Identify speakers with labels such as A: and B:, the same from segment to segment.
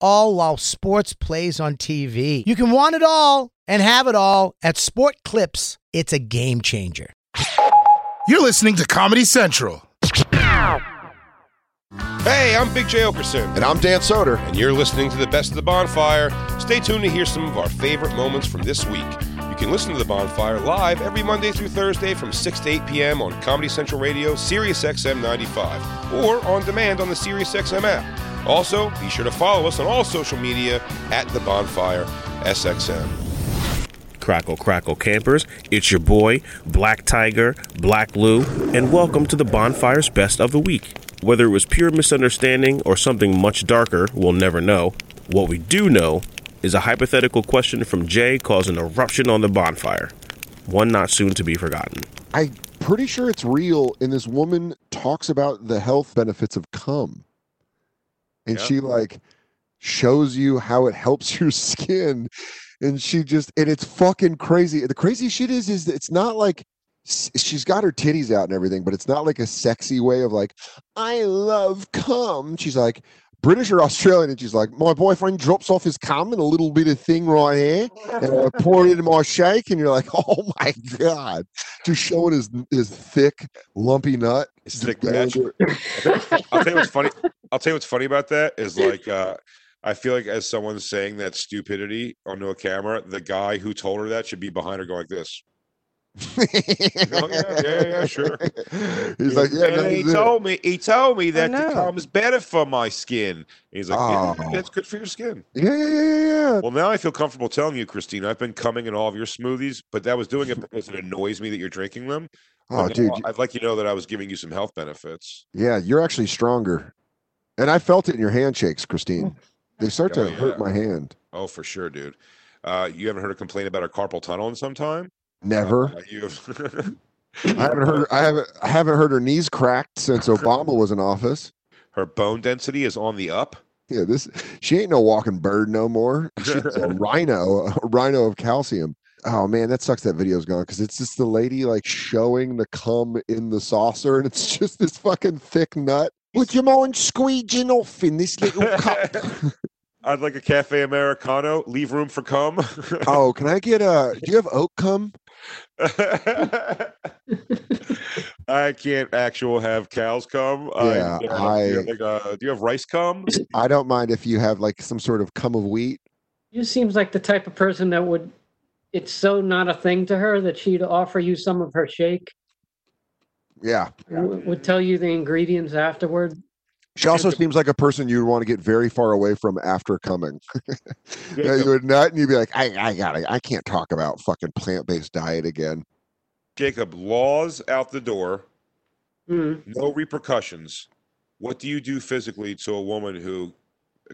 A: all while sports plays on TV. You can want it all and have it all at Sport Clips. It's a game changer.
B: You're listening to Comedy Central.
C: Hey, I'm Big J. Okerson,
D: And I'm Dan Soder.
C: and you're listening to the best of the bonfire. Stay tuned to hear some of our favorite moments from this week. You can listen to the bonfire live every Monday through Thursday from 6 to 8 p.m. on Comedy Central Radio, Sirius XM 95, or on demand on the Sirius XM app. Also, be sure to follow us on all social media at the bonfire SXM.
E: Crackle Crackle Campers, it's your boy, Black Tiger, Black Lou, and welcome to the Bonfire's Best of the Week. Whether it was pure misunderstanding or something much darker, we'll never know. What we do know is a hypothetical question from Jay caused an eruption on the bonfire. One not soon to be forgotten.
D: I'm pretty sure it's real. And this woman talks about the health benefits of cum. And
C: Yeah.
D: she like shows you how it helps your skin. And she just, and it's fucking crazy. The crazy shit is, is that it's not like s- she's got her titties out and everything, but it's not like a sexy way of like, I love cum. She's like, British or Australian, and she's like, my boyfriend drops off his cum and a little bit of thing right here, and I pour it into my shake, and you're like, oh my god, just showing his his thick lumpy nut.
C: His
D: Just
C: thick
D: down
C: match. Oh,
D: there.
C: I'll tell you what's funny. I'll tell you what's funny about that is like uh, I feel like as someone saying that stupidity onto a camera, the guy who told her that should be behind her going like this. Oh, yeah, yeah, yeah, sure.
D: He's like, yeah,
C: And
D: that
C: he
D: is it."
C: told me he told me that
D: know.
C: the cum is better for my skin. He's like, yeah,
D: Oh.
C: that's good for your skin.
D: yeah, yeah, yeah, yeah.
C: Well, now I feel comfortable telling you, Christine. I've been coming in all of your smoothies, but that was doing it because it annoys me that you're drinking them. But
D: Oh,
C: now
D: dude,
C: I'd like you to know that I was giving you some health benefits.
D: yeah, you're actually stronger, and I felt it in your handshakes, Christine. They start
C: Oh,
D: to hurt
C: yeah.
D: my hand.
C: Oh, for sure, dude. Uh, you haven't heard a complaint about a carpal tunnel in some time.
D: Never.
C: Uh, you.
D: I haven't heard. I haven't. I haven't heard her knees cracked since Obama was in office.
C: Her bone density is on the up.
D: Yeah, this she ain't no walking bird no more. She's a rhino, a rhino of calcium. Oh man, that sucks. That video's gone because it's just the lady like showing the cum in the saucer, and it's just this fucking thick nut. Would you mind squeezing off in this little cup?
C: I'd like a cafe americano. Leave room for cum.
D: oh, can I get a? Do you have oat cum?
C: I can't actual have cows cum.
D: Yeah,
C: I, do, you have
D: I-
C: like, uh, do you have rice cum?
D: I don't mind if you have like some sort of cum of wheat.
F: You seems like the type of person that would. It's so not a thing to her that she'd offer you some of her shake.
D: Yeah.
F: W- would tell you the ingredients afterward.
D: She also seems like a person you'd want to get very far away from after coming. Yeah,
C: Jacob.
D: you would not, and you'd be like, I, I gotta, I can't talk about fucking plant based diet again.
C: Jacob, laws out the door,
F: Mm.
C: no repercussions. What do you do physically to a woman who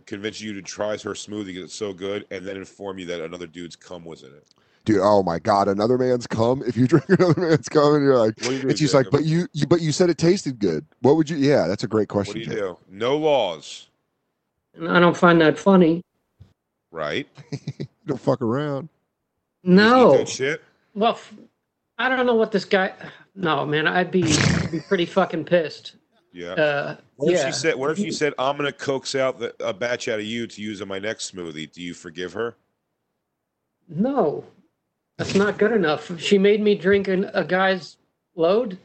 C: convinces you to try her smoothie because it's so good and then inform you that another dude's cum was in it?
D: Dude, oh my god, another man's cum. If you drink another man's cum, and you're like,
C: What do you do,
D: and she's like,
C: Jacob?
D: but you, you, but you said it tasted good. What would you? Yeah, that's a great
C: what
D: question.
C: do you
D: Jake.
C: do? No laws,
F: And I don't find that funny.
C: right?
D: Don't fuck around.
C: You eat
F: No.
C: that shit?
F: Well, f- I don't know what this guy. No, man, I'd be, I'd be pretty fucking pissed.
C: Yeah.
F: Uh,
C: What if
F: yeah.
C: she said? What if she said, "I'm gonna coax out the, a batch out of you to use in my next smoothie"? Do you forgive her?
F: no, that's not good enough. She made me drink an, a guy's load.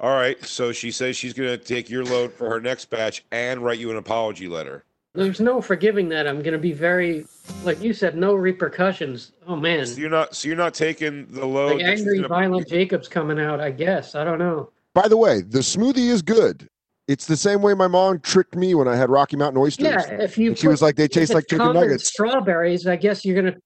C: All right. So she says she's gonna take your load for her next batch and write you an apology letter.
F: There's no forgiving that. I'm going to be very, like you said, no repercussions. Oh, man.
C: So you're not. So you're not taking the load.
F: Like
C: that she's
F: angry,
C: gonna-
F: violent Jacob's coming out, I guess. I don't know.
D: By the way, the smoothie is good. It's the same way my mom tricked me when I had Rocky Mountain oysters.
F: Yeah, if you
D: And she was like, they
F: if
D: taste
F: it's
D: like chicken
F: cum and
D: nuggets.
F: strawberries. I guess you're going to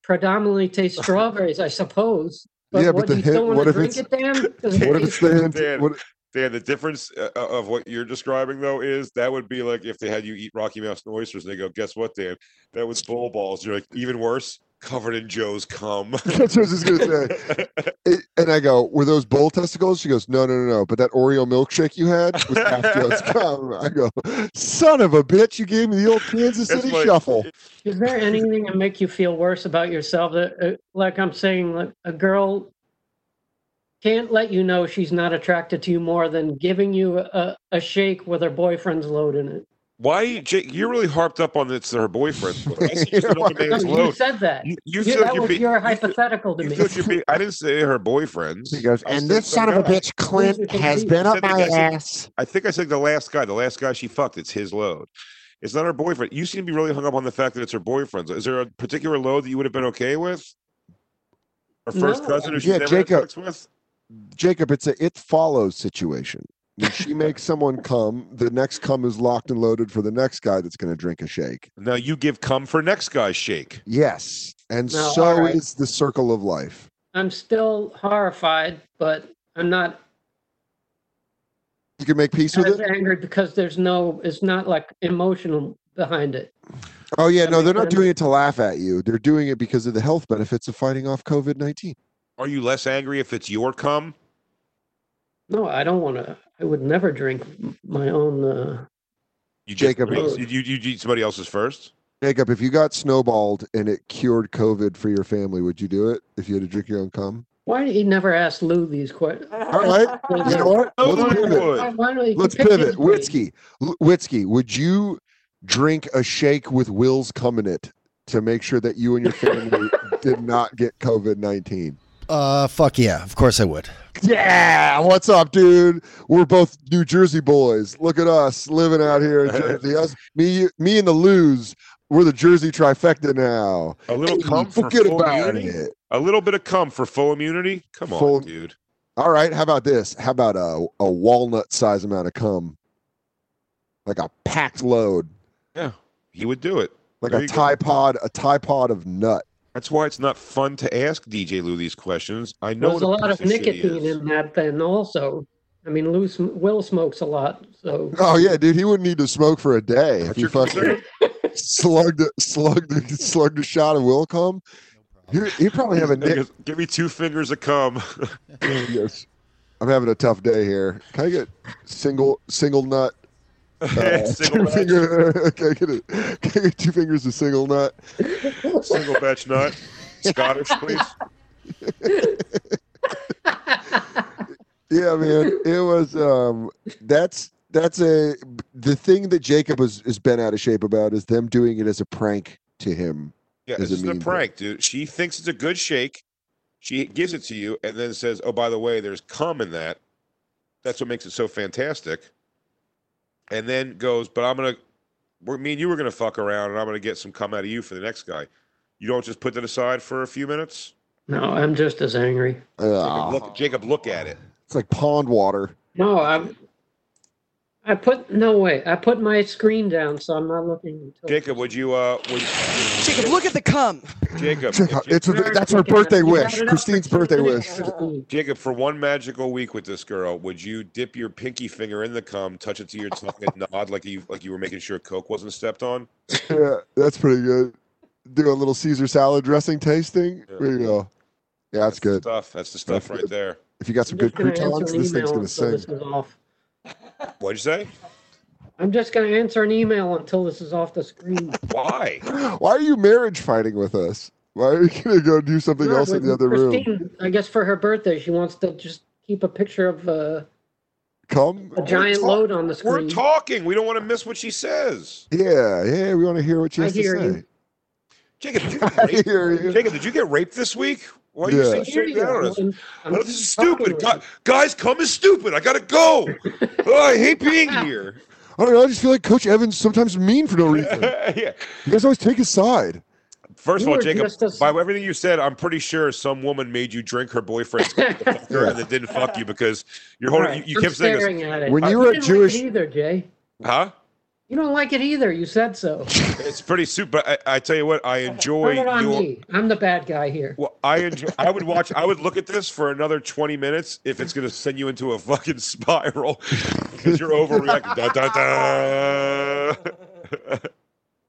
F: predominantly taste strawberries, I suppose. But
D: Yeah, but
F: what,
D: the
F: you still
D: hint-
F: want
D: what
F: to
D: if
F: drink
D: it's-
F: it, damn?
D: What if it's the hint?
C: Dan,
D: What,
C: Dan, the difference uh, uh, of what you're describing though is that would be like if they had you eat Rocky Mountain oysters and they go, guess what, Dan? That was bull balls. You're like, even worse, covered in Joe's cum.
D: That's what I was just gonna say. It, and I go, were those bull testicles? She goes, no, no, no, no. But that Oreo milkshake you had was half Joe's cum. I go, son of a bitch, you gave me the old Kansas
C: That's
D: City
C: what-
D: shuffle.
F: Is there anything that make you feel worse about yourself? That, uh, like I'm saying, like a girl can't let you know she's not attracted to you more than giving you a, a shake with her boyfriend's load in it.
C: Why, Jake? You're really harped up on it's her boyfriend. but I see you
D: You know
C: another
D: what?
C: man's
F: No, you
C: load.
F: said that.
C: You, you
F: You-
C: feel like
F: that
C: you're
F: was
C: being-
F: your
C: you feel-
F: hypothetical to
C: you
F: me.
C: feel like you're being- I didn't say her boyfriends.
D: She goes,
C: I
D: and
C: said
D: this
C: some
D: son of a
C: guy.
D: bitch, Clint,
F: can
D: has
F: see-
D: been
C: said
D: up
C: the
D: my
C: guy said-
D: ass.
C: I think I said the last guy. The last guy she fucked. It's his load. It's not her boyfriend. You seem to be really hung up on the fact that it's her boyfriend's. Is there a particular load that you would have been okay with? Her first
F: No.
C: cousin who she
D: Yeah,
C: never had
D: Jacob.
C: sex with?
D: Jacob, it's a it follows situation. When she makes someone come, the next cum is locked and loaded for the next guy that's going to drink a shake.
C: Now you give come for next guy's shake.
D: Yes. And
F: No,
D: so
F: alright.
D: is the circle of life.
F: I'm still horrified, but I'm not
D: You can make peace with
F: as
D: it.
F: angry because there's no. It's not like emotional behind it.
D: Oh, yeah. No,
F: makes
D: they're not
F: sense.
D: doing it to laugh at you. They're doing it because of the health benefits of fighting off COVID 19.
C: Are you less angry if it's your cum?
F: No, I don't want to. I would never drink my own. Uh,
C: You just-
D: Jacob,
C: you you you eat somebody else's first.
D: Jacob, if you got snowballed and it cured COVID for your family, would you do it if you had to drink your own cum?
F: why did he never ask Lou these questions?
D: All right. You know what?
C: Oh
D: Let's
C: my
D: pivot.
C: God.
F: Why- why don't you
D: Let's
F: pick
D: pivot.
F: anybody?
D: Witzky, L- Witzky, would you drink a shake with Will's cum in it to make sure that you and your family did not get COVID 19?
G: Uh, fuck yeah. Of course I would.
D: Yeah. What's up, dude? We're both New Jersey boys. Look at us living out here in Jersey. Us, me, you- me and the Lose. We're the Jersey trifecta now.
C: A little cum for
D: Forget
C: full
D: about
C: immunity.
D: it.
C: A little bit of cum for full immunity. Come on,
D: Full-
C: dude.
D: All right. How about this? How about a, a walnut size amount of cum? Like a packed load,
C: Yeah, he would do it.
D: like
C: There
D: a
C: you go.
D: tie pod, a tie pod of nut.
C: That's why it's not fun to ask DJ Lou these questions. I know
F: There's a
C: what
F: lot of
C: piece shit he
F: nicotine
C: is.
F: in that. Then also, I mean, Lou sm- Will smokes a lot, so
D: Oh yeah, dude, he wouldn't need to smoke for a day if
C: That's
D: he
C: your
D: fucking
C: concern.
D: slugged a, slugged a, slugged a shot of Wilcom. He he probably have a
C: He
D: nick.
C: goes, Give me two fingers of cum.
D: Yes. I'm having a tough day here. Can I get single single nut? uh,
C: single,
D: two
C: batch,
D: finger, can, I get a, can I get two fingers of single nut?
C: single batch nut. Scottish, please.
D: Yeah, man. It was um that's that's a the thing that Jacob has, has been out of shape about is them doing it as a prank to him.
C: Yeah,
D: Does
C: this is
D: it
C: a
D: mean that-
C: prank, dude. She thinks it's a good shake. She gives it to you and then says, "Oh, by the way, there's cum in that." That's what makes it so fantastic. And then goes, "But I'm gonna, we're, me and you were gonna fuck around, and I'm gonna get some cum out of you for the next guy." You don't just put that aside for a few minutes.
F: no, I'm just as angry.
C: Jacob,
D: Ah,
C: look, Jacob, look at it.
D: it's like pond water.
F: No, I'm. I put no way. I put my screen down, so I'm not looking. Until
C: Jacob, would you? Uh, would
H: Jacob, look at the cum.
C: Jacob?
D: Check
C: if
D: out-
C: you-
D: It's a,
F: Very
D: that's her
F: quick, and
D: birthday
F: you got
D: wish,
F: it up
D: Christine's
F: for two
D: birthday wish.
F: minutes.
C: Jacob, for one magical week with this girl, would you dip your pinky finger in the cum, touch it to your tongue, and nod like you like you were making sure Coke wasn't stepped on?
D: Yeah, that's pretty good. Do a little Caesar salad dressing tasting.
C: Yeah.
D: There you go. Yeah, that's
C: the
D: good.
C: Stuff. That's the stuff
D: That's
C: right
D: good.
C: there.
D: If you got some
F: I'm
D: good
F: just gonna answer
D: croutons,
F: an
D: this thing's
F: email
D: gonna
F: until
D: sing.
F: This is off.
C: What'd you say?
F: I'm just going to answer an email until this is off the screen.
C: Why?
D: Why are you marriage fighting with us? Why are you gonna go do something
F: No,
D: else in
F: with
D: the other room?
F: Christine, I guess for her birthday, she wants to just keep a picture of uh,
D: Come.
F: a giant
C: talk-
F: load on the
C: We're
F: screen.
C: talking. We don't want to miss what she says.
D: Yeah, yeah. We want to hear what she
F: I
D: has to
F: hear you.
D: say.
C: Jacob, did you get
D: I
C: raped?
D: hear you.
C: Jacob, did you get raped this week? Why are you
D: Yeah.
C: saying
F: Here
C: straight
F: you
C: down on
F: go.
C: us?
F: I'm- I'm
C: Oh, this is
F: talking
C: stupid.
F: with
C: Gu-
F: you.
C: guys, cum is stupid. I gotta go. oh, I hate being here.
D: I don't know. I just feel like Coach Evans sometimes mean for no reason.
C: yeah.
D: You guys always take his side.
C: First
F: You
C: of all,
F: were
C: Jacob,
F: just as-
C: by everything you said, I'm pretty sure some woman made you drink her boyfriend's cock to fuck her and then didn't fuck you because you're holding.
F: All right,
C: You, you
F: I'm
C: kept saying this,
F: staring at it.
D: When
F: I
D: you were at
F: didn't like it
D: Jewish-
F: either, Jay.
C: huh?
F: You don't like it either. You said so.
C: It's pretty super. I, I tell you what, I enjoy
F: Put it on
C: your.
F: me. I'm the bad guy here.
C: Well, I enjoy, I would watch. I would look at this for another twenty minutes if it's going to send you into a fucking spiral because you're overreacting. Da, da,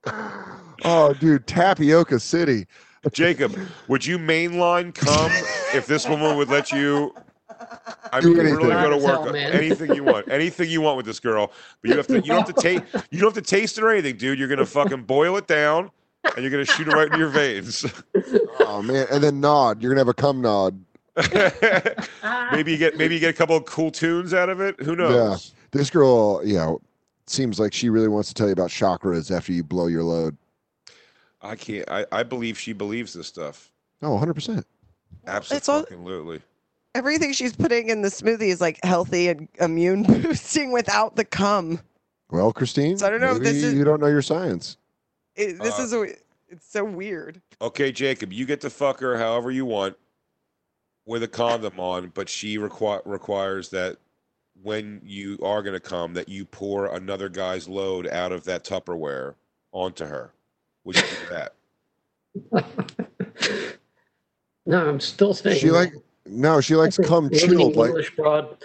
C: da.
D: Oh, dude, Tapioca City.
C: Jacob, would you mainline come if this woman would let you? I
D: Do
C: mean, you're really go to
D: anything.
F: Hard as hell,
C: work on
F: man.
C: anything you want, anything you want with this girl, but you have to. You don't have to taste. You don't have to taste it or anything, dude. You're gonna fucking boil it down, and you're gonna shoot it right into your veins.
D: Oh man, and then nod. You're gonna have a cum nod.
F: Ah,
C: maybe you get maybe you get a couple of cool tunes out of it. Who knows?
D: This girl, you know, seems like she really wants to tell you about chakras after you blow your load.
C: I can't. I, I believe she believes this stuff.
D: Oh, 100 percent.
C: Absolutely.
H: all-
C: Absolutely.
H: Everything she's putting in the smoothie is like healthy and immune boosting without the cum.
D: Well, Christine,
H: So I don't know if
D: maybe
H: this is-
D: you don't know your science.
H: It, this
C: Uh,
H: is a, it's so weird.
C: Okay, Jacob, you get to fuck her however you want with a condom on, but she requi- requires that when you are going to come, that you pour another guy's load out of that Tupperware onto her. Would you do that?
F: no, I'm still saying
D: She like no, she likes cum
F: Living
D: chilled like,
F: English broad.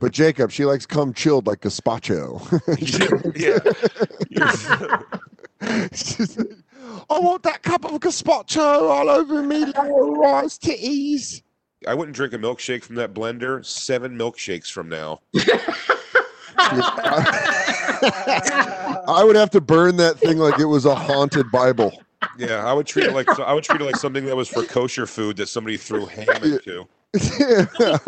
D: but Jacob, she likes cum chilled like gazpacho.
C: yeah.
D: She's like, I want that cup of gazpacho all over me, little rice titties.
C: I wouldn't drink a milkshake from that blender. Seven milkshakes from now.
H: Uh,
D: I would have to burn that thing like it was a haunted Bible.
C: Yeah, I would treat it like I would treat it like something that was for kosher food that somebody threw ham into.
D: Yeah.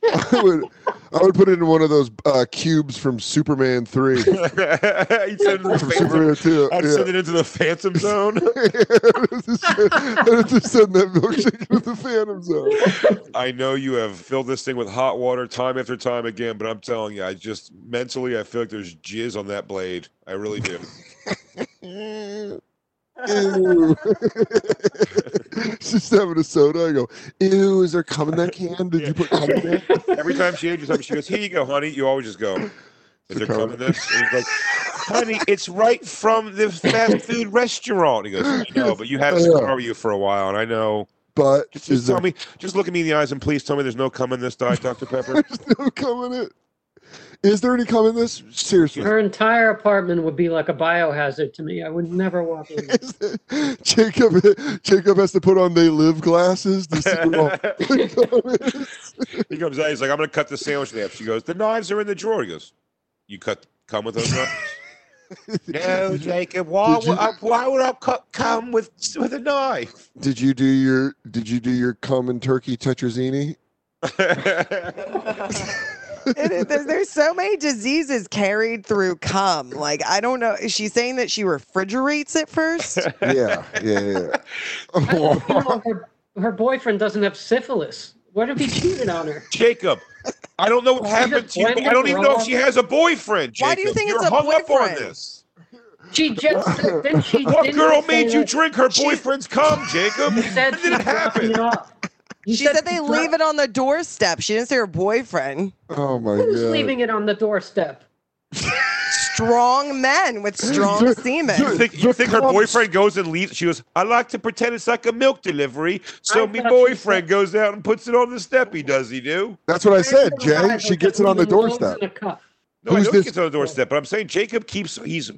D: I would, I would put it in one of those uh, cubes from Superman three,
C: You'd send it to the
D: from
C: Phantom-
D: Superman two.
C: I'd send it into the Phantom Zone.
D: I'd have to send that milkshake to the Phantom Zone.
C: I know you have filled this thing with hot water time after time again, but I'm telling you, I just mentally I feel like there's jizz on that blade. I really do.
D: Ew. She's having a soda. I go, ew, is there cum in that can? Did you put cum in there?
C: Every time she ages up, she goes, "Here you go, honey." You always just go, "Is there cum in this?" And he's like, "Honey, it's right from the fast food restaurant." He goes, "I know, but you had a
D: I know.
C: scar with you for a while, and I know. Just,
D: But
C: just
D: is there
C: tell me, just look at me in the eyes, and please tell me there's no cum in this diet, Dr. Pepper."
D: there's no cum in it? Is there any cum in this? Seriously.
F: Her entire apartment would be like a biohazard to me. I would never walk in.
D: Is there- Jacob Jacob has to put on they live glasses to see what all the cum is.
C: He comes out. He's like, "I'm gonna cut the sandwich in half." She goes, "The knives are in the drawer." He goes, "You cut come with those knives?" no, Jacob. Why
D: Did you-
C: would I, why would I cut come with with a knife?
D: Did you do your did you do your cum and turkey tetrazzini?
H: It is- there's, there's so many diseases carried through cum. Like I don't know. Is she saying that she refrigerates it first?
D: Yeah, yeah, Oh,
F: I- you
D: yeah.
F: know, her, her boyfriend doesn't have syphilis. What if he cheated on her?
C: Jacob, I don't know what happened to you. but I don't even know if she has a boyfriend. Jacob.
H: Why do you think
C: You're
H: it's a
C: hung up on
H: boyfriend?
C: this?
F: She just then she
C: What
F: didn't
C: girl
F: say
C: made you
F: that-
C: drink her boyfriend's cum, Jacob?
F: You said
C: When did it
F: she's dropping
C: happen?
F: it off. You
H: She said
F: she's
H: they
F: dro-
H: leave it on the doorstep. She didn't say her boyfriend.
D: Oh my
F: Who's
D: god.
F: leaving it on the doorstep?
H: Strong men with strong
D: You're-
C: You
H: semen.
C: think, you
D: The
C: think her
D: cum's-
C: boyfriend goes and leaves? She goes, I like to pretend it's like a milk delivery. So
F: I
C: me
F: thought she
C: boyfriend
F: said-
C: goes out and puts it on the step. He does, he do?
D: That's what I said,
F: Where's the
D: Jay.
F: line?
D: She gets it on the
F: Who's in
D: doorstep.
F: a cup?
C: No,
D: Who's
C: I know he
D: this-
C: gets on the doorstep, but I'm saying Jacob keeps he's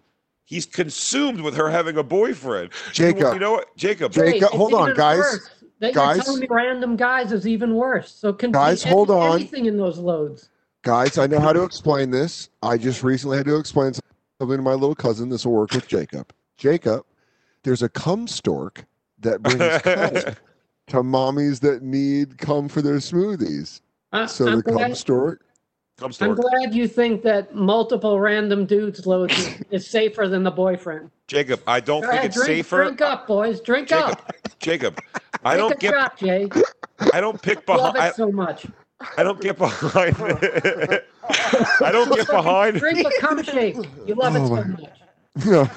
C: he's consumed with her having a boyfriend. You-
D: Jacob.
C: you know what, Jacob?
D: Jake,
F: Wait,
D: uh,
F: it's
D: hold on,
F: even
D: guys.
F: worse. That
D: Guys.
F: you're telling me random guys is even worse. So can
D: Guys, hold on.
F: Anything in those loads?
D: Guys, I know how to explain this. I just recently had to explain something to my little cousin. This will work with Jacob. Jacob, there's a cum stork that brings cum to mommies that need cum for their smoothies.
F: I,
D: So
F: I'm,
D: the cum
F: glad,
D: stork.
C: Comes to
F: I'm
C: work.
F: glad you think that multiple random dudes loads is- is safer than the boyfriend.
C: Jacob, I don't
F: Go
C: think
F: ahead,
C: it's
F: drink,
C: safer.
F: drink up, boys. Drink
C: Jacob,
F: up.
C: Jacob, I
F: Take
C: don't
F: a
C: get
F: shot, Jay.
C: I don't pick
F: Love
C: behind
F: it
C: I,
F: so much.
C: I don't get behind I don't get behind
F: Drink a cum shake. You love
D: Oh
F: it so much.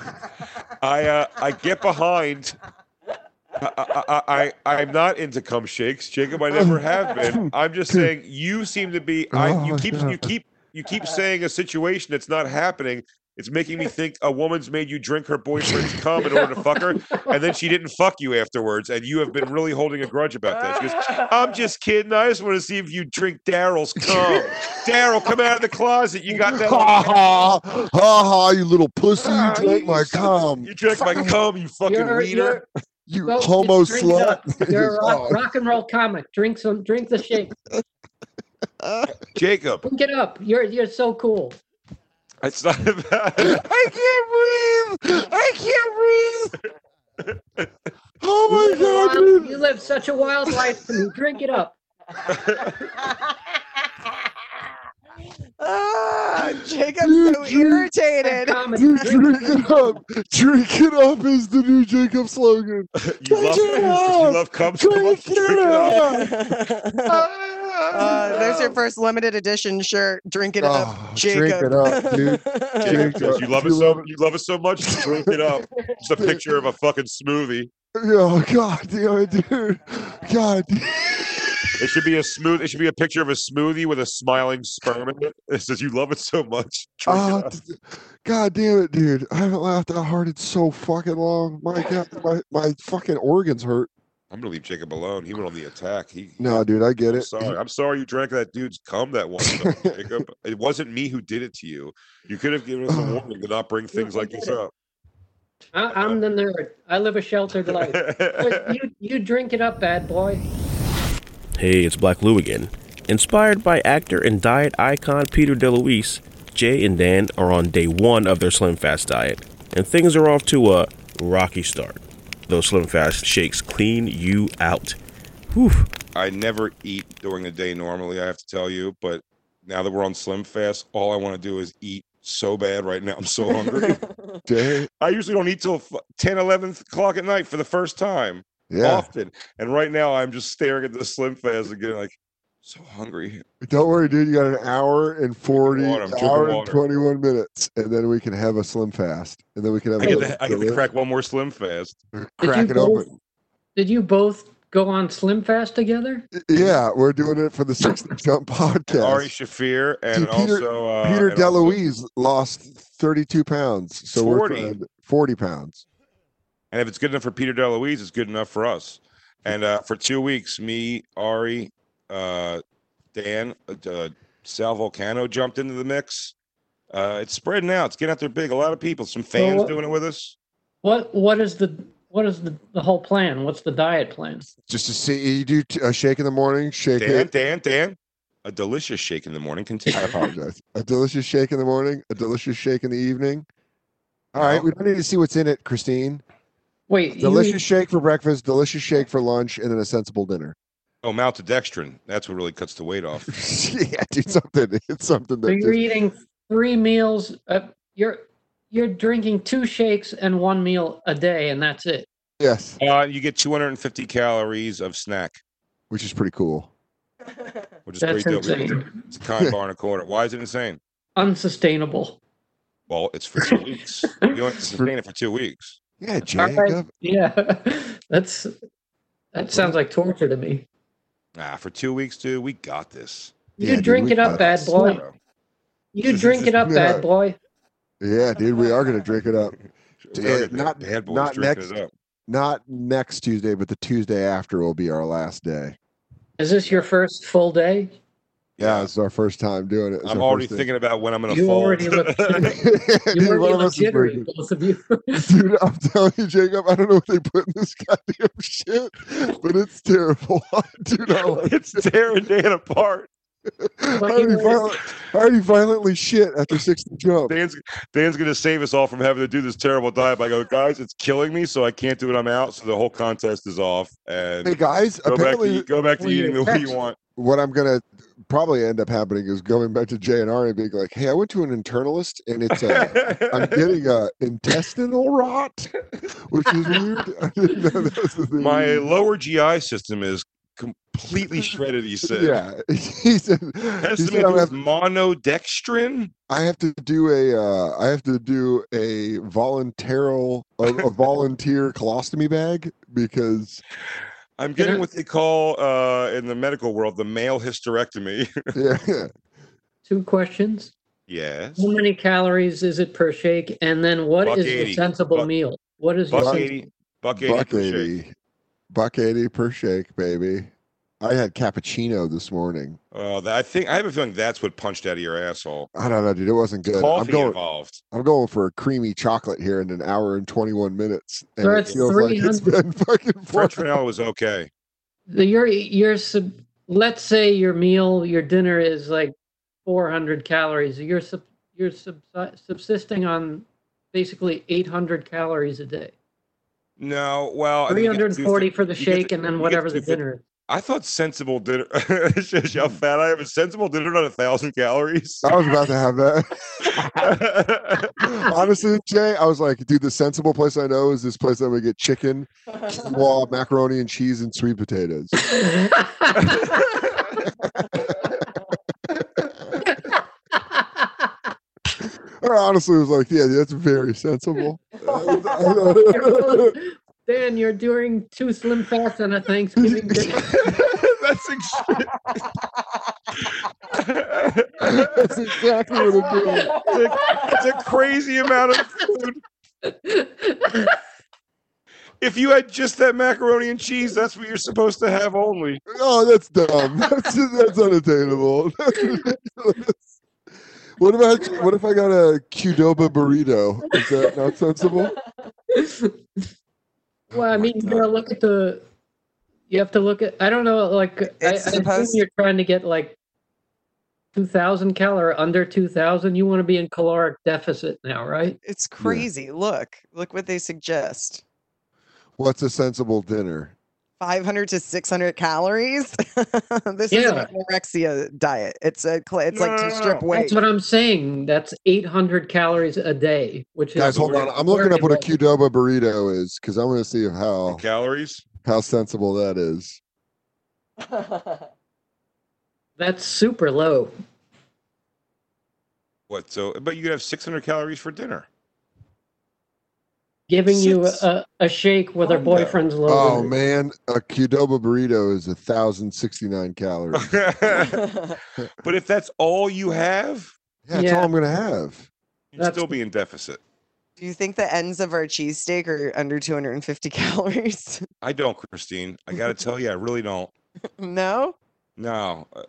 C: I uh, I get behind. I, I, I- I I'm not into cum shakes, Jacob. I never have been. I'm just saying you seem to be. I you
D: Oh,
C: keep
D: yeah.
C: you keep you keep saying a situation that's not happening, It's making me think a woman's made you drink her boyfriend's cum in order to fuck her, and then she didn't fuck you afterwards, and you have been really holding a grudge about that. She goes, I'm just kidding. I just want to see if you drink Daryl's cum. Daryl, come out of the closet. You got that.
D: Ha ha ha ha! You little pussy! You
C: Ah,
D: drank
C: you
D: my
C: son
D: cum!
C: You drank my cum, you fucking
F: You're-
C: wiener.
F: you're-
D: You
F: Well,
D: homo
F: just drink
D: slut!
F: the- You're a
D: Oh.
F: rock, rock and roll comic. Drink some, drink the shake.
C: Jacob,
F: Drink it up. You're you're so cool.
C: it's not about it.
D: I can't breathe! I can't breathe! oh my god, dude!
F: You live such a wild life. To me. Drink it up.
H: ah, Jacob's
D: Dude,
H: so
D: you-
H: irritated.
F: Comedy.
D: Dude,
F: Drink
D: drink it up! Drink it up is the new Jacob slogan.
C: You love,
D: it
C: you
D: up.
C: love cum so
D: Drink
C: much. Drink
D: it
C: it up.
D: up! Ah.
H: Uh, there's your first limited edition shirt. Drink it
D: Oh,
H: up,
D: drink
H: Jacob.
D: it up, dude.
C: Jacob
D: Drink
C: says,
D: it
C: you
D: up.
C: love it
D: You
C: so
D: love it."
C: you love it so much, you drink it up. It's a picture of a fucking smoothie.
D: Oh god, damn it, dude! God,
C: It should be a smooth. It should be a picture of a smoothie with a smiling sperm in it. It says you love it so much. Drink it
D: oh,
C: up."
D: d- god damn it, dude! I haven't laughed that hard in so fucking long. My god, my, my fucking organs hurt.
C: I'm gonna leave Jacob alone. He went on the attack. He.
D: No, dude, I get
C: I'm
D: it.
C: sorry. I'm sorry you drank that dude's cum that one time, Jacob. It wasn't me who did it to you. You could have given us a warning to not bring things like this up.
F: I, I'm the nerd. I live a sheltered life. But you you drink it up, bad boy.
E: Hey, it's Black Lou again. Inspired by actor and diet icon Peter DeLuise, Jay and Dan are on day one of their Slim Fast diet, and things are off to a rocky start. Those Slim Fast shakes clean you out. Whew.
C: I never eat during the day normally, I have to tell you, but now that we're on Slim Fast, all I want to do is eat so bad right now. I'm so hungry.
D: Damn.
C: I usually don't eat till f- 10, 11 o'clock at night for the first time
D: Yeah.
C: often. And right now I'm just staring at the Slim Fast again, like, so hungry.
D: Don't worry, dude. You got an hour and forty,
C: water, I'm drinking
D: hour and
C: water.
D: twenty-one minutes, and then we can have a slim fast, and then we can have.
C: I get,
D: another
C: to, I get to
D: slim-
C: crack one more Slim Fast.
F: Did you
D: crack it
F: both-
D: open.
F: Did you both go on Slim Fast together?
D: Yeah, we're doing it for the Six Day Jump podcast.
C: Ari Shafir and
D: Dude, Peter-
C: also uh,
D: Peter
C: and also-
D: DeLuise lost thirty-two pounds, so
C: 40.
D: we're trying- forty pounds.
C: And if it's good enough for Peter DeLuise, it's good enough for us. And uh, for two weeks, me, Ari, uh, Dan, uh, uh, Sal Volcano jumped into the mix. Uh, it's spreading out. It's getting out there big. A lot of people, some fans
F: what-
C: doing it with us.
F: What what is the what is the, the whole plan? What's the diet plan?
D: Just to see you do t- a shake in the morning, shake
C: Dan,
D: it.
C: Dan, Dan. A delicious shake in the morning. Continue.
D: I apologize. A delicious shake in the morning, a delicious shake in the evening. All right, we don't need to see what's in it, Christine.
F: Wait, you
D: Delicious
F: eat-
D: shake for breakfast, delicious shake for lunch, and then a sensible dinner.
C: Oh, maltodextrin. That's what really cuts the weight off.
D: yeah, dude, something. It's something
F: so
D: that
F: you're
D: just,
F: eating three meals. Uh, you're you're drinking two shakes and one meal a day, and that's it.
D: yes,
C: Uh, you get 250 calories of snack,
D: which is pretty cool.
C: which is
F: That's
C: pretty dope.
F: insane.
C: It's a kind bar and a quarter. Why is it insane?
F: Unsustainable.
C: Well, it's for two weeks. You don't have to sustain it for two weeks.
D: Yeah,
F: All
D: Jacob.
F: right, Yeah, that's that sounds like torture to me.
C: Nah, for two weeks, dude, we got this.
F: You
D: Yeah, dude,
F: drink
D: we
F: it up,
D: got
F: bad
D: this.
F: boy. You drink it up,
D: Yeah.
F: bad boy.
D: Yeah, dude, we are gonna drink it up.
C: We are
D: Yeah,
C: gonna-
D: eh, not-
C: bad boys
D: not
C: drinking
D: next-
C: it up.
D: Not next Tuesday, but the Tuesday after will be our last day.
F: Is this your first full day?
D: Yeah, it's our first time doing it. It's
C: I'm
D: our
C: already
D: first day.
C: thinking about when I'm gonna
F: You
C: fold.
F: already look. You
D: dude, one
F: already
D: of
F: look
D: us is
F: jittery,
D: breaking.
F: both of you.
D: Dude, I'm telling you, Jacob, I don't know what they put in this goddamn shit, but it's terrible. Dude, I, like it.
C: it's tearing Dan apart.
D: I,
F: But
D: already
F: you know-
D: violent, I already violently shit after 60 jump.
C: Dan's Dan's gonna save us all from having to do this terrible diet. But I go, guys, it's killing me, so I can't do it. I'm out. So the whole contest is off. And
D: Hey, guys,
C: go back to
D: apparently
C: eat- go back to
F: Well, you
C: eating the way you
F: text-
C: want.
D: what I'm going to probably end up happening is going back to J&R and being like, hey, I went to an internalist and it's uh, I'm getting uh, intestinal rot, which is weird. I didn't know that was a thing.
C: My lower GI system is completely shredded. He said.
D: yeah, he said, he
C: Testament
D: said I'm
C: is monodextrin.
D: I have to do a uh, I have to do a volunteer a, a volunteer colostomy bag because
C: I'm getting
F: I-
C: what they call uh, in the medical world the male hysterectomy.
D: yeah
F: Two questions.
C: Yes.
F: How many calories is it per shake? And then what is
C: Buck
F: the
C: 80.
F: sensible
C: Buck-
F: meal? What is your
C: Buck
D: Buck-
F: sensible-
C: eighty. Buck eighty.
D: Buck
C: per shake.
D: 80. Buck 80 per shake, baby. I had cappuccino this morning.
C: Oh, that, I think I have a feeling that's what punched out of your asshole.
D: I don't know, dude. It wasn't good. I'm
C: Coffee
D: going,
C: involved.
D: I'm going for a creamy chocolate here in an hour and 21 minutes. And
F: Sir,
D: it
F: it's
D: feels like it's
F: 300.
D: been fucking four.
C: French vanilla was okay.
F: the, your your sub, let's say your meal your dinner is like 400 calories you're sub, you're sub, subsisting on basically 800 calories a day
C: No, well, Oh, I think you got two things.
F: 340 for the
C: you get
F: shake
C: the-
F: and then
C: you get
F: whatever
C: the
F: the
C: two fif-
F: dinner is.
C: I thought sensible dinner. Shows you
D: Mm.
C: how fat I am. A sensible dinner not a thousand calories.
D: I was about to have that. Honestly, Jay, I was like, dude, the sensible place I know is this place that we get chicken, quinoa, macaroni and cheese, and sweet potatoes. I honestly was like, yeah, that's very sensible.
F: Dan, you're doing too slim fast on a Thanksgiving dinner.
C: that's ex-
D: that's exactly what I'm doing.
C: it's a crazy amount of food. If you had just that macaroni and cheese, that's what you're supposed to have only.
D: Oh, that's dumb. That's that's unattainable. That's ridiculous. What about what if I got a Qdoba burrito? Is that not sensible?
F: Well, I mean, you gotta look at the. You have to look at. I don't know. Like, I, I
H: It's
F: assume
H: supposed-
F: you're trying to get like two thousand calorie under two thousand. You want to be in caloric deficit now, right?
H: It's crazy. Look, look what they suggest.
D: What's a sensible dinner?
H: 500 to 600 calories. this is
F: Yeah.
H: an anorexia diet. It's a cl- it's like
C: No,
H: to
C: no, no,
H: strip
C: no.
H: weight.
F: That's what I'm saying. That's eight hundred calories a day, which
D: Guys,
F: is
D: hold on. I'm looking up what a Qdoba burrito is because I'm going to see
C: Oh.
D: how
C: Calories.
D: how sensible that is.
F: That's super low.
C: What? So, but you could have 600 calories for dinner.
F: Giving you
C: Six.
F: a, a shake with her
C: Hundo.
F: boyfriend's low.
D: Oh
F: rate.
D: man, a Qdoba burrito is thousand sixty nine calories.
C: but if that's all you have,
D: Yeah, that's
F: Yeah.
D: all I'm going to have.
C: you'd
F: That's-
C: still be in deficit.
H: Do you think the ends of our cheesesteak are under 250 calories?
C: I don't, Christine. I got to tell you, I really don't.
H: no?
C: No. uh,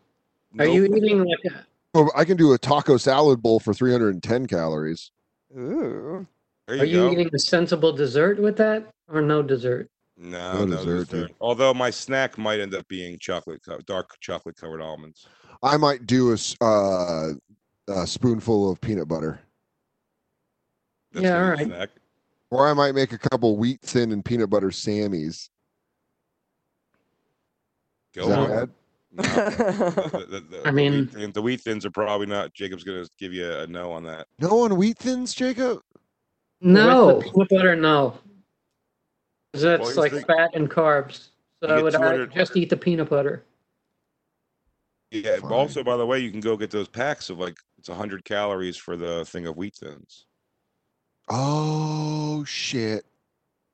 F: Are you
C: nope.
F: eating like a,
D: Well, Oh, I can do a taco salad bowl for 310 calories.
H: Ooh.
C: There
F: Are you
C: go.
F: eating a sensible dessert with that, or no dessert?
C: No,
D: No
C: no
D: dessert,
C: dessert.
D: dude.
C: Although my snack might end up being chocolate, co- dark chocolate covered almonds.
D: I might do a, s- uh, a spoonful of peanut butter,
F: Yeah,
C: gonna be
F: alright.
C: the snack.
D: or I might make a couple wheat thin and peanut butter sammies. Is
C: Go
D: that
C: on.
D: bad?
C: No. The- the- the-
F: I
C: the
F: mean-
C: wheat thin- the wheat thins are probably not. Jacob's gonna give you a no on that.
D: No on wheat thins, Jacob.
F: No,
H: the
F: peanut butter, no. 'Cause That's
C: here's
F: like
C: the thing.
F: fat and carbs. So
C: You
F: I
C: get
F: would I
C: 200
F: just eat the peanut butter.
C: Yeah. but
D: Fine.
C: Also, by the way, you can go get those packs of like it's hundred calories for the thing of wheat thins.
D: Oh shit!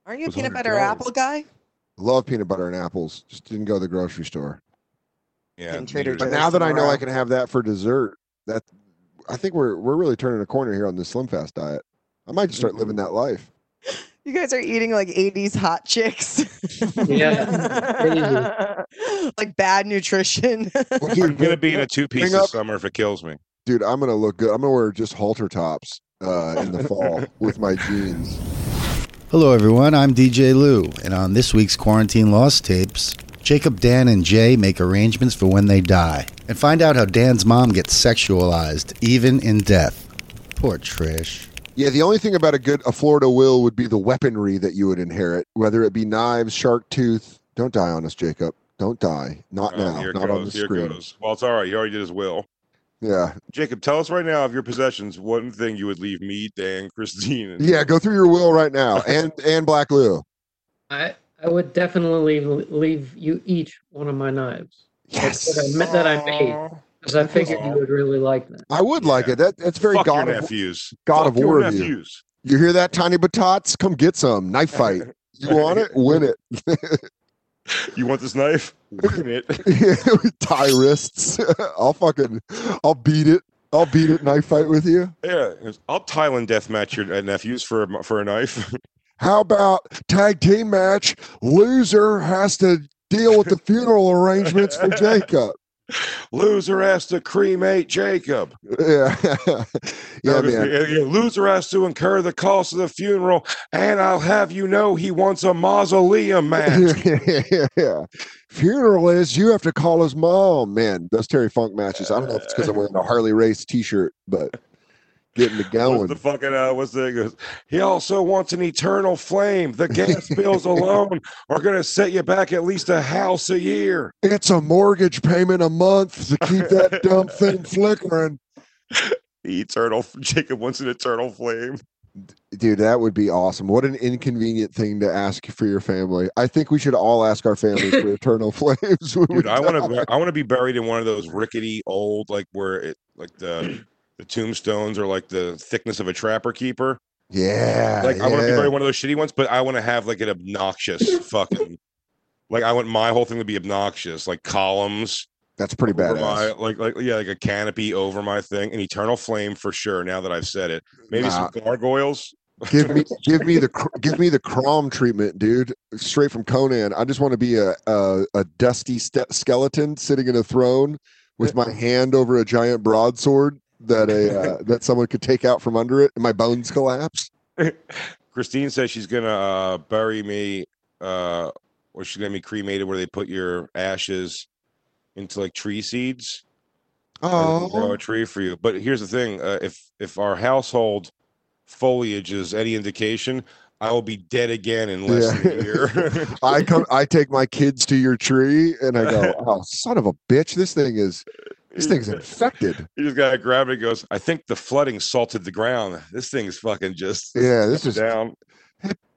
H: Aren't you a
C: Those
H: peanut
C: 100
H: butter apple guy?
D: Love peanut butter and apples. Just didn't go to the grocery store.
C: Yeah.
H: And Trader
C: neither-
D: But
H: Yeah,
D: now that I know I
H: tomorrow.
D: can have that for dessert, that I think we're we're really turning a corner here on this Slim Fast diet. I might just start living that life.
H: You guys are eating like 80s hot chicks.
F: Yeah,
H: like bad nutrition.
D: Well,
C: I'm
D: dude,
C: gonna be in a two piece
D: up-
C: this summer if it kills me.
D: dude, I'm gonna look good. I'm gonna wear just halter tops uh, in the fall with my jeans.
G: Hello, everyone. I'm DJ Lou, and on this week's Quarantine Lost Tapes, Jacob, Dan, and Jay make arrangements for when they die and find out how Dan's mom gets sexualized even in death. Poor Trish.
D: Yeah, the only thing about a good a Florida will would be the weaponry that you would inherit, whether it be knives, shark tooth. Don't die on us, Jacob. Don't die. Not
C: Oh,
D: now.
C: here it
D: Not
C: goes.
D: on the
C: here it
D: screen.
C: goes. Well, it's all right. You already did his will.
D: Yeah.
C: Jacob, tell us right now of your possessions, one thing you would leave me, Dan, Christine, and
D: Yeah, go through your will right now. And and Black Lou.
F: I I would definitely l- leave you each one of my knives
D: Yes.
F: that I, ma- that I made because I figured you would really like that.
D: I would like
C: Yeah.
D: it. That that's very
C: fuck
D: God
C: your
D: of,
C: nephews.
D: God
C: Fuck
D: of
C: your
D: War of you.
C: nephews.
D: You hear that, Tiny Batots? Come get some. Knife fight. You want it? Win it.
C: You want this knife? Win it.
D: Yeah, tie wrists. I'll fucking I'll beat it. I'll beat it and I fight with you.
C: Yeah, it was, I'll Thailand deathmatch your uh, nephews for a m- for a knife.
D: How about tag team match? Loser has to deal with the funeral arrangements for Jacob.
C: Loser has to cremate Jacob.
D: Yeah, yeah,
C: That was-
D: man.
C: yeah, yeah, Loser has to incur the cost of the funeral, and I'll have you know he wants a mausoleum match.
D: yeah. Funeral is you have to call his mom, man. Those Terry Funk matches. I don't know if it's because I'm wearing a Harley Race T-shirt, but getting the
C: What's
D: going.
C: the fucking uh, what's the? he goes, He also wants an eternal flame. The gas bills alone are gonna set you back at least a house a year.
D: It's a mortgage payment a month to keep that dumb thing flickering.
C: The eternal Jacob wants an eternal flame.
D: Dude, that would be awesome. What an inconvenient thing to ask for your family. I think we should all ask our families for eternal flames. when
C: Dude,
D: we
C: I want
D: die.
C: to. I want to be buried in one of those rickety old, like where it, like the the tombstones are like the thickness of a trapper keeper.
D: Yeah.
C: Like I want to be
D: Ah, yeah.
C: buried in one of those shitty ones, but I want to have like an obnoxious fucking. Like I want my whole thing to be obnoxious, like columns
D: That's pretty
C: over
D: badass.
C: my, like like yeah, like a canopy over my thing, an eternal flame for sure. Now that I've said it, maybe some gargoyles.
D: give me give me the cr- give me the crom treatment, dude. Straight from Conan. I just want to be a a, a dusty ste- skeleton sitting in a throne with my hand over a giant broadsword that a uh, that someone could take out from under it, and my bones collapse.
C: Christine says she's gonna uh, bury me, uh, or she's gonna be cremated where they put your ashes into like tree seeds. and it'll grow
D: Oh,
C: a tree for you. But here's the thing: uh, if if our household foliage is any indication, I will be dead again in less than a year.
D: I come. I take my kids to your tree, and I go, "Oh, son of a bitch! This thing is this thing's infected."
C: You just gotta grab it. And goes. I think the flooding salted the ground. This thing's fucking just
D: Yeah, this is
C: down.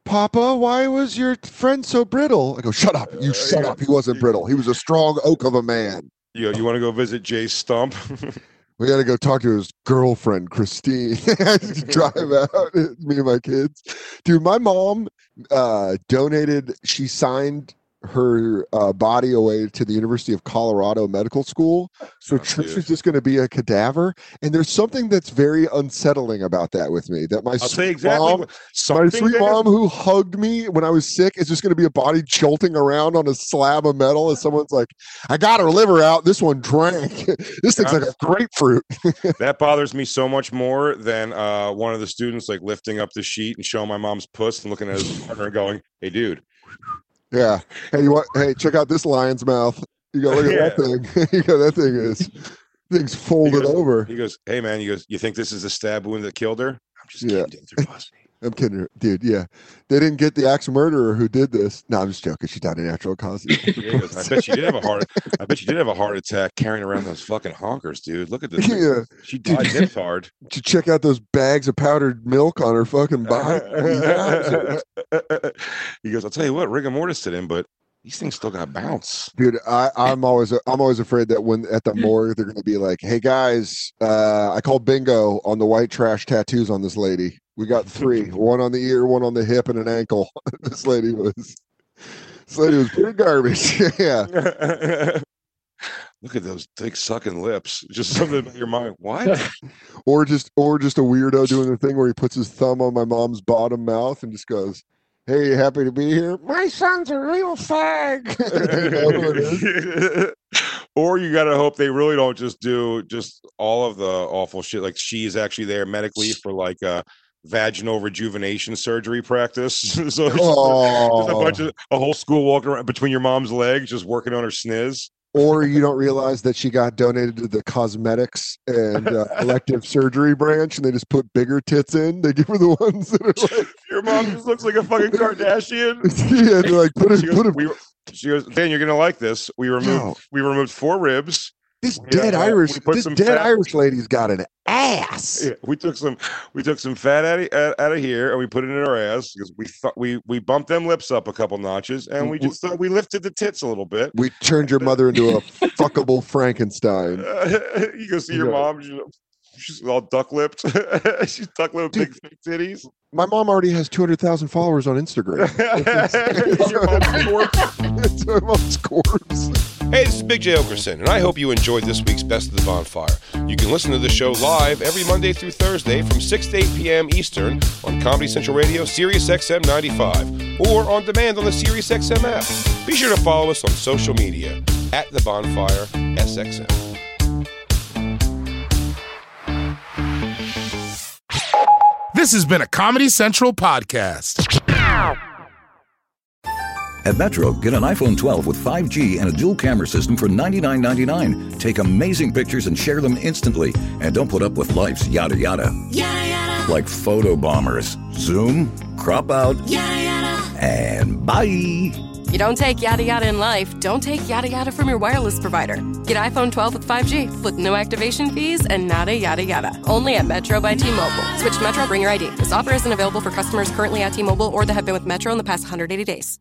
D: Papa, why was your friend so brittle? I go, shut up. You
C: Uh,
D: shut
C: yeah.
D: up. He wasn't brittle. He was a strong oak of a man.
C: You you want to go visit Jay Stump?
D: We got to go talk to his girlfriend, Christine. Drive out, me and my kids. Dude, my mom uh, donated, she signed her uh, body away to the University of Colorado Medical School. So
C: Oh,
D: Trish
C: dude.
D: is just going to be a cadaver. And there's something that's very unsettling about that with me that my
C: I'll
D: sweet
C: say exactly.
D: mom
C: what-
D: my
C: something
D: sweet
C: there-
D: mom who hugged me when I was sick is just going to be a body jolting around on a slab of metal as someone's like, I got her liver out. This one drank. this thing's like a grapefruit.
C: That bothers me so much more than uh, one of the students like lifting up the sheet and showing my mom's puss and looking at his partner and going, "Hey, dude,
D: Yeah. Hey, you want, hey, check out this lion's mouth. You go, look at that thing. you go, that thing is, thing's folded
C: goes-
D: over.
C: He goes, "Hey man," he goes, "You think this is the stab wound that killed her?" I'm just
D: Yeah.
C: kidding, dude. They're pussy.
D: I'm kidding, dude. Yeah. They didn't get the axe murderer who did this. No, I'm just joking. She died of natural causes.
C: Yeah, he goes, I bet you did have a heart. I bet you did have a heart attack carrying around those fucking honkers, dude. Look at this. thing.
D: yeah.
C: She
D: Dude.
C: died nipped hard.
D: To check out those bags of powdered milk on her fucking body. Yeah.
C: he goes, I'll tell you what, rigor mortis did in, but these things still got bounce.
D: Dude, I, I'm always I'm always afraid that when at the morgue they're gonna be like, "Hey guys, uh, I called bingo on the white trash tattoos on this lady. We got three: one on the ear, one on the hip, and an ankle. this lady was, this lady was pretty garbage. yeah,
C: Look at those thick sucking lips. Just something about your mind. What?
D: or just or just a weirdo doing the thing where he puts his thumb on my mom's bottom mouth and just goes, "Hey, you happy to be here? My son's a real fag." You know who it is?
C: or you gotta hope they really don't just do just all of the awful shit. Like she is actually there medically for like uh vaginal rejuvenation surgery practice. so it's just a- just a
D: Aw.
C: bunch of a whole school walking around between your mom's legs, just working on her sniz.
D: or you don't realize that she got donated to the cosmetics and uh, elective surgery branch, and they just put bigger tits in. They give her the ones that are like,
C: Your mom just looks like a fucking Kardashian.
D: yeah, they're like put
C: She
D: it,
C: goes,
D: put it.
C: we, she goes, Dan, you're gonna like this. We removed
D: No,
C: we removed four ribs.
D: this
C: we,
D: dead
C: uh,
D: Irish,
C: we put
D: this
C: some
D: dead
C: fat-
D: Irish lady's got an ass.
C: Yeah, we took some, we took some fat out of, out of here, and we put it in our ass because we thought we we bumped them lips up a couple notches, and we
D: Mm, W-
C: just thought we lifted the tits a little bit.
D: We turned your mother into a fuckable Frankenstein.
C: you go see your
D: Yeah.
C: mom. You know, she's all duck lipped. she's duck lipped, big thick titties.
D: My mom already has two hundred thousand followers on Instagram.
C: Your mom's dwarf.
D: It's my mom's corpse.
I: Hey, this is Big J. Okerson, and I hope you enjoyed this week's Best of the Bonfire. You can listen to the show live every Monday through Thursday from 6 to 8 p.m. Eastern on Comedy Central Radio, Sirius XM 95, or on demand on the Sirius XM app. Be sure to follow us on social media at The Bonfire SXM.
B: This has been a Comedy Central podcast.
G: At Metro, get an iPhone 12 with 5G and a dual camera system for $99.99. Take amazing pictures and share them instantly. And don't put up with life's yada yada. Yada yada. Like photo bombers. Zoom, crop out. Yada yada. And bye.
H: You don't take yada yada in life, don't take yada yada from your wireless provider. Get iPhone 12 with 5G with no activation fees and nada yada yada. Only at Metro by T Mobile. Switch to Metro, bring your ID. This offer isn't available for customers currently at T Mobile or that have been with Metro in the past 180 days.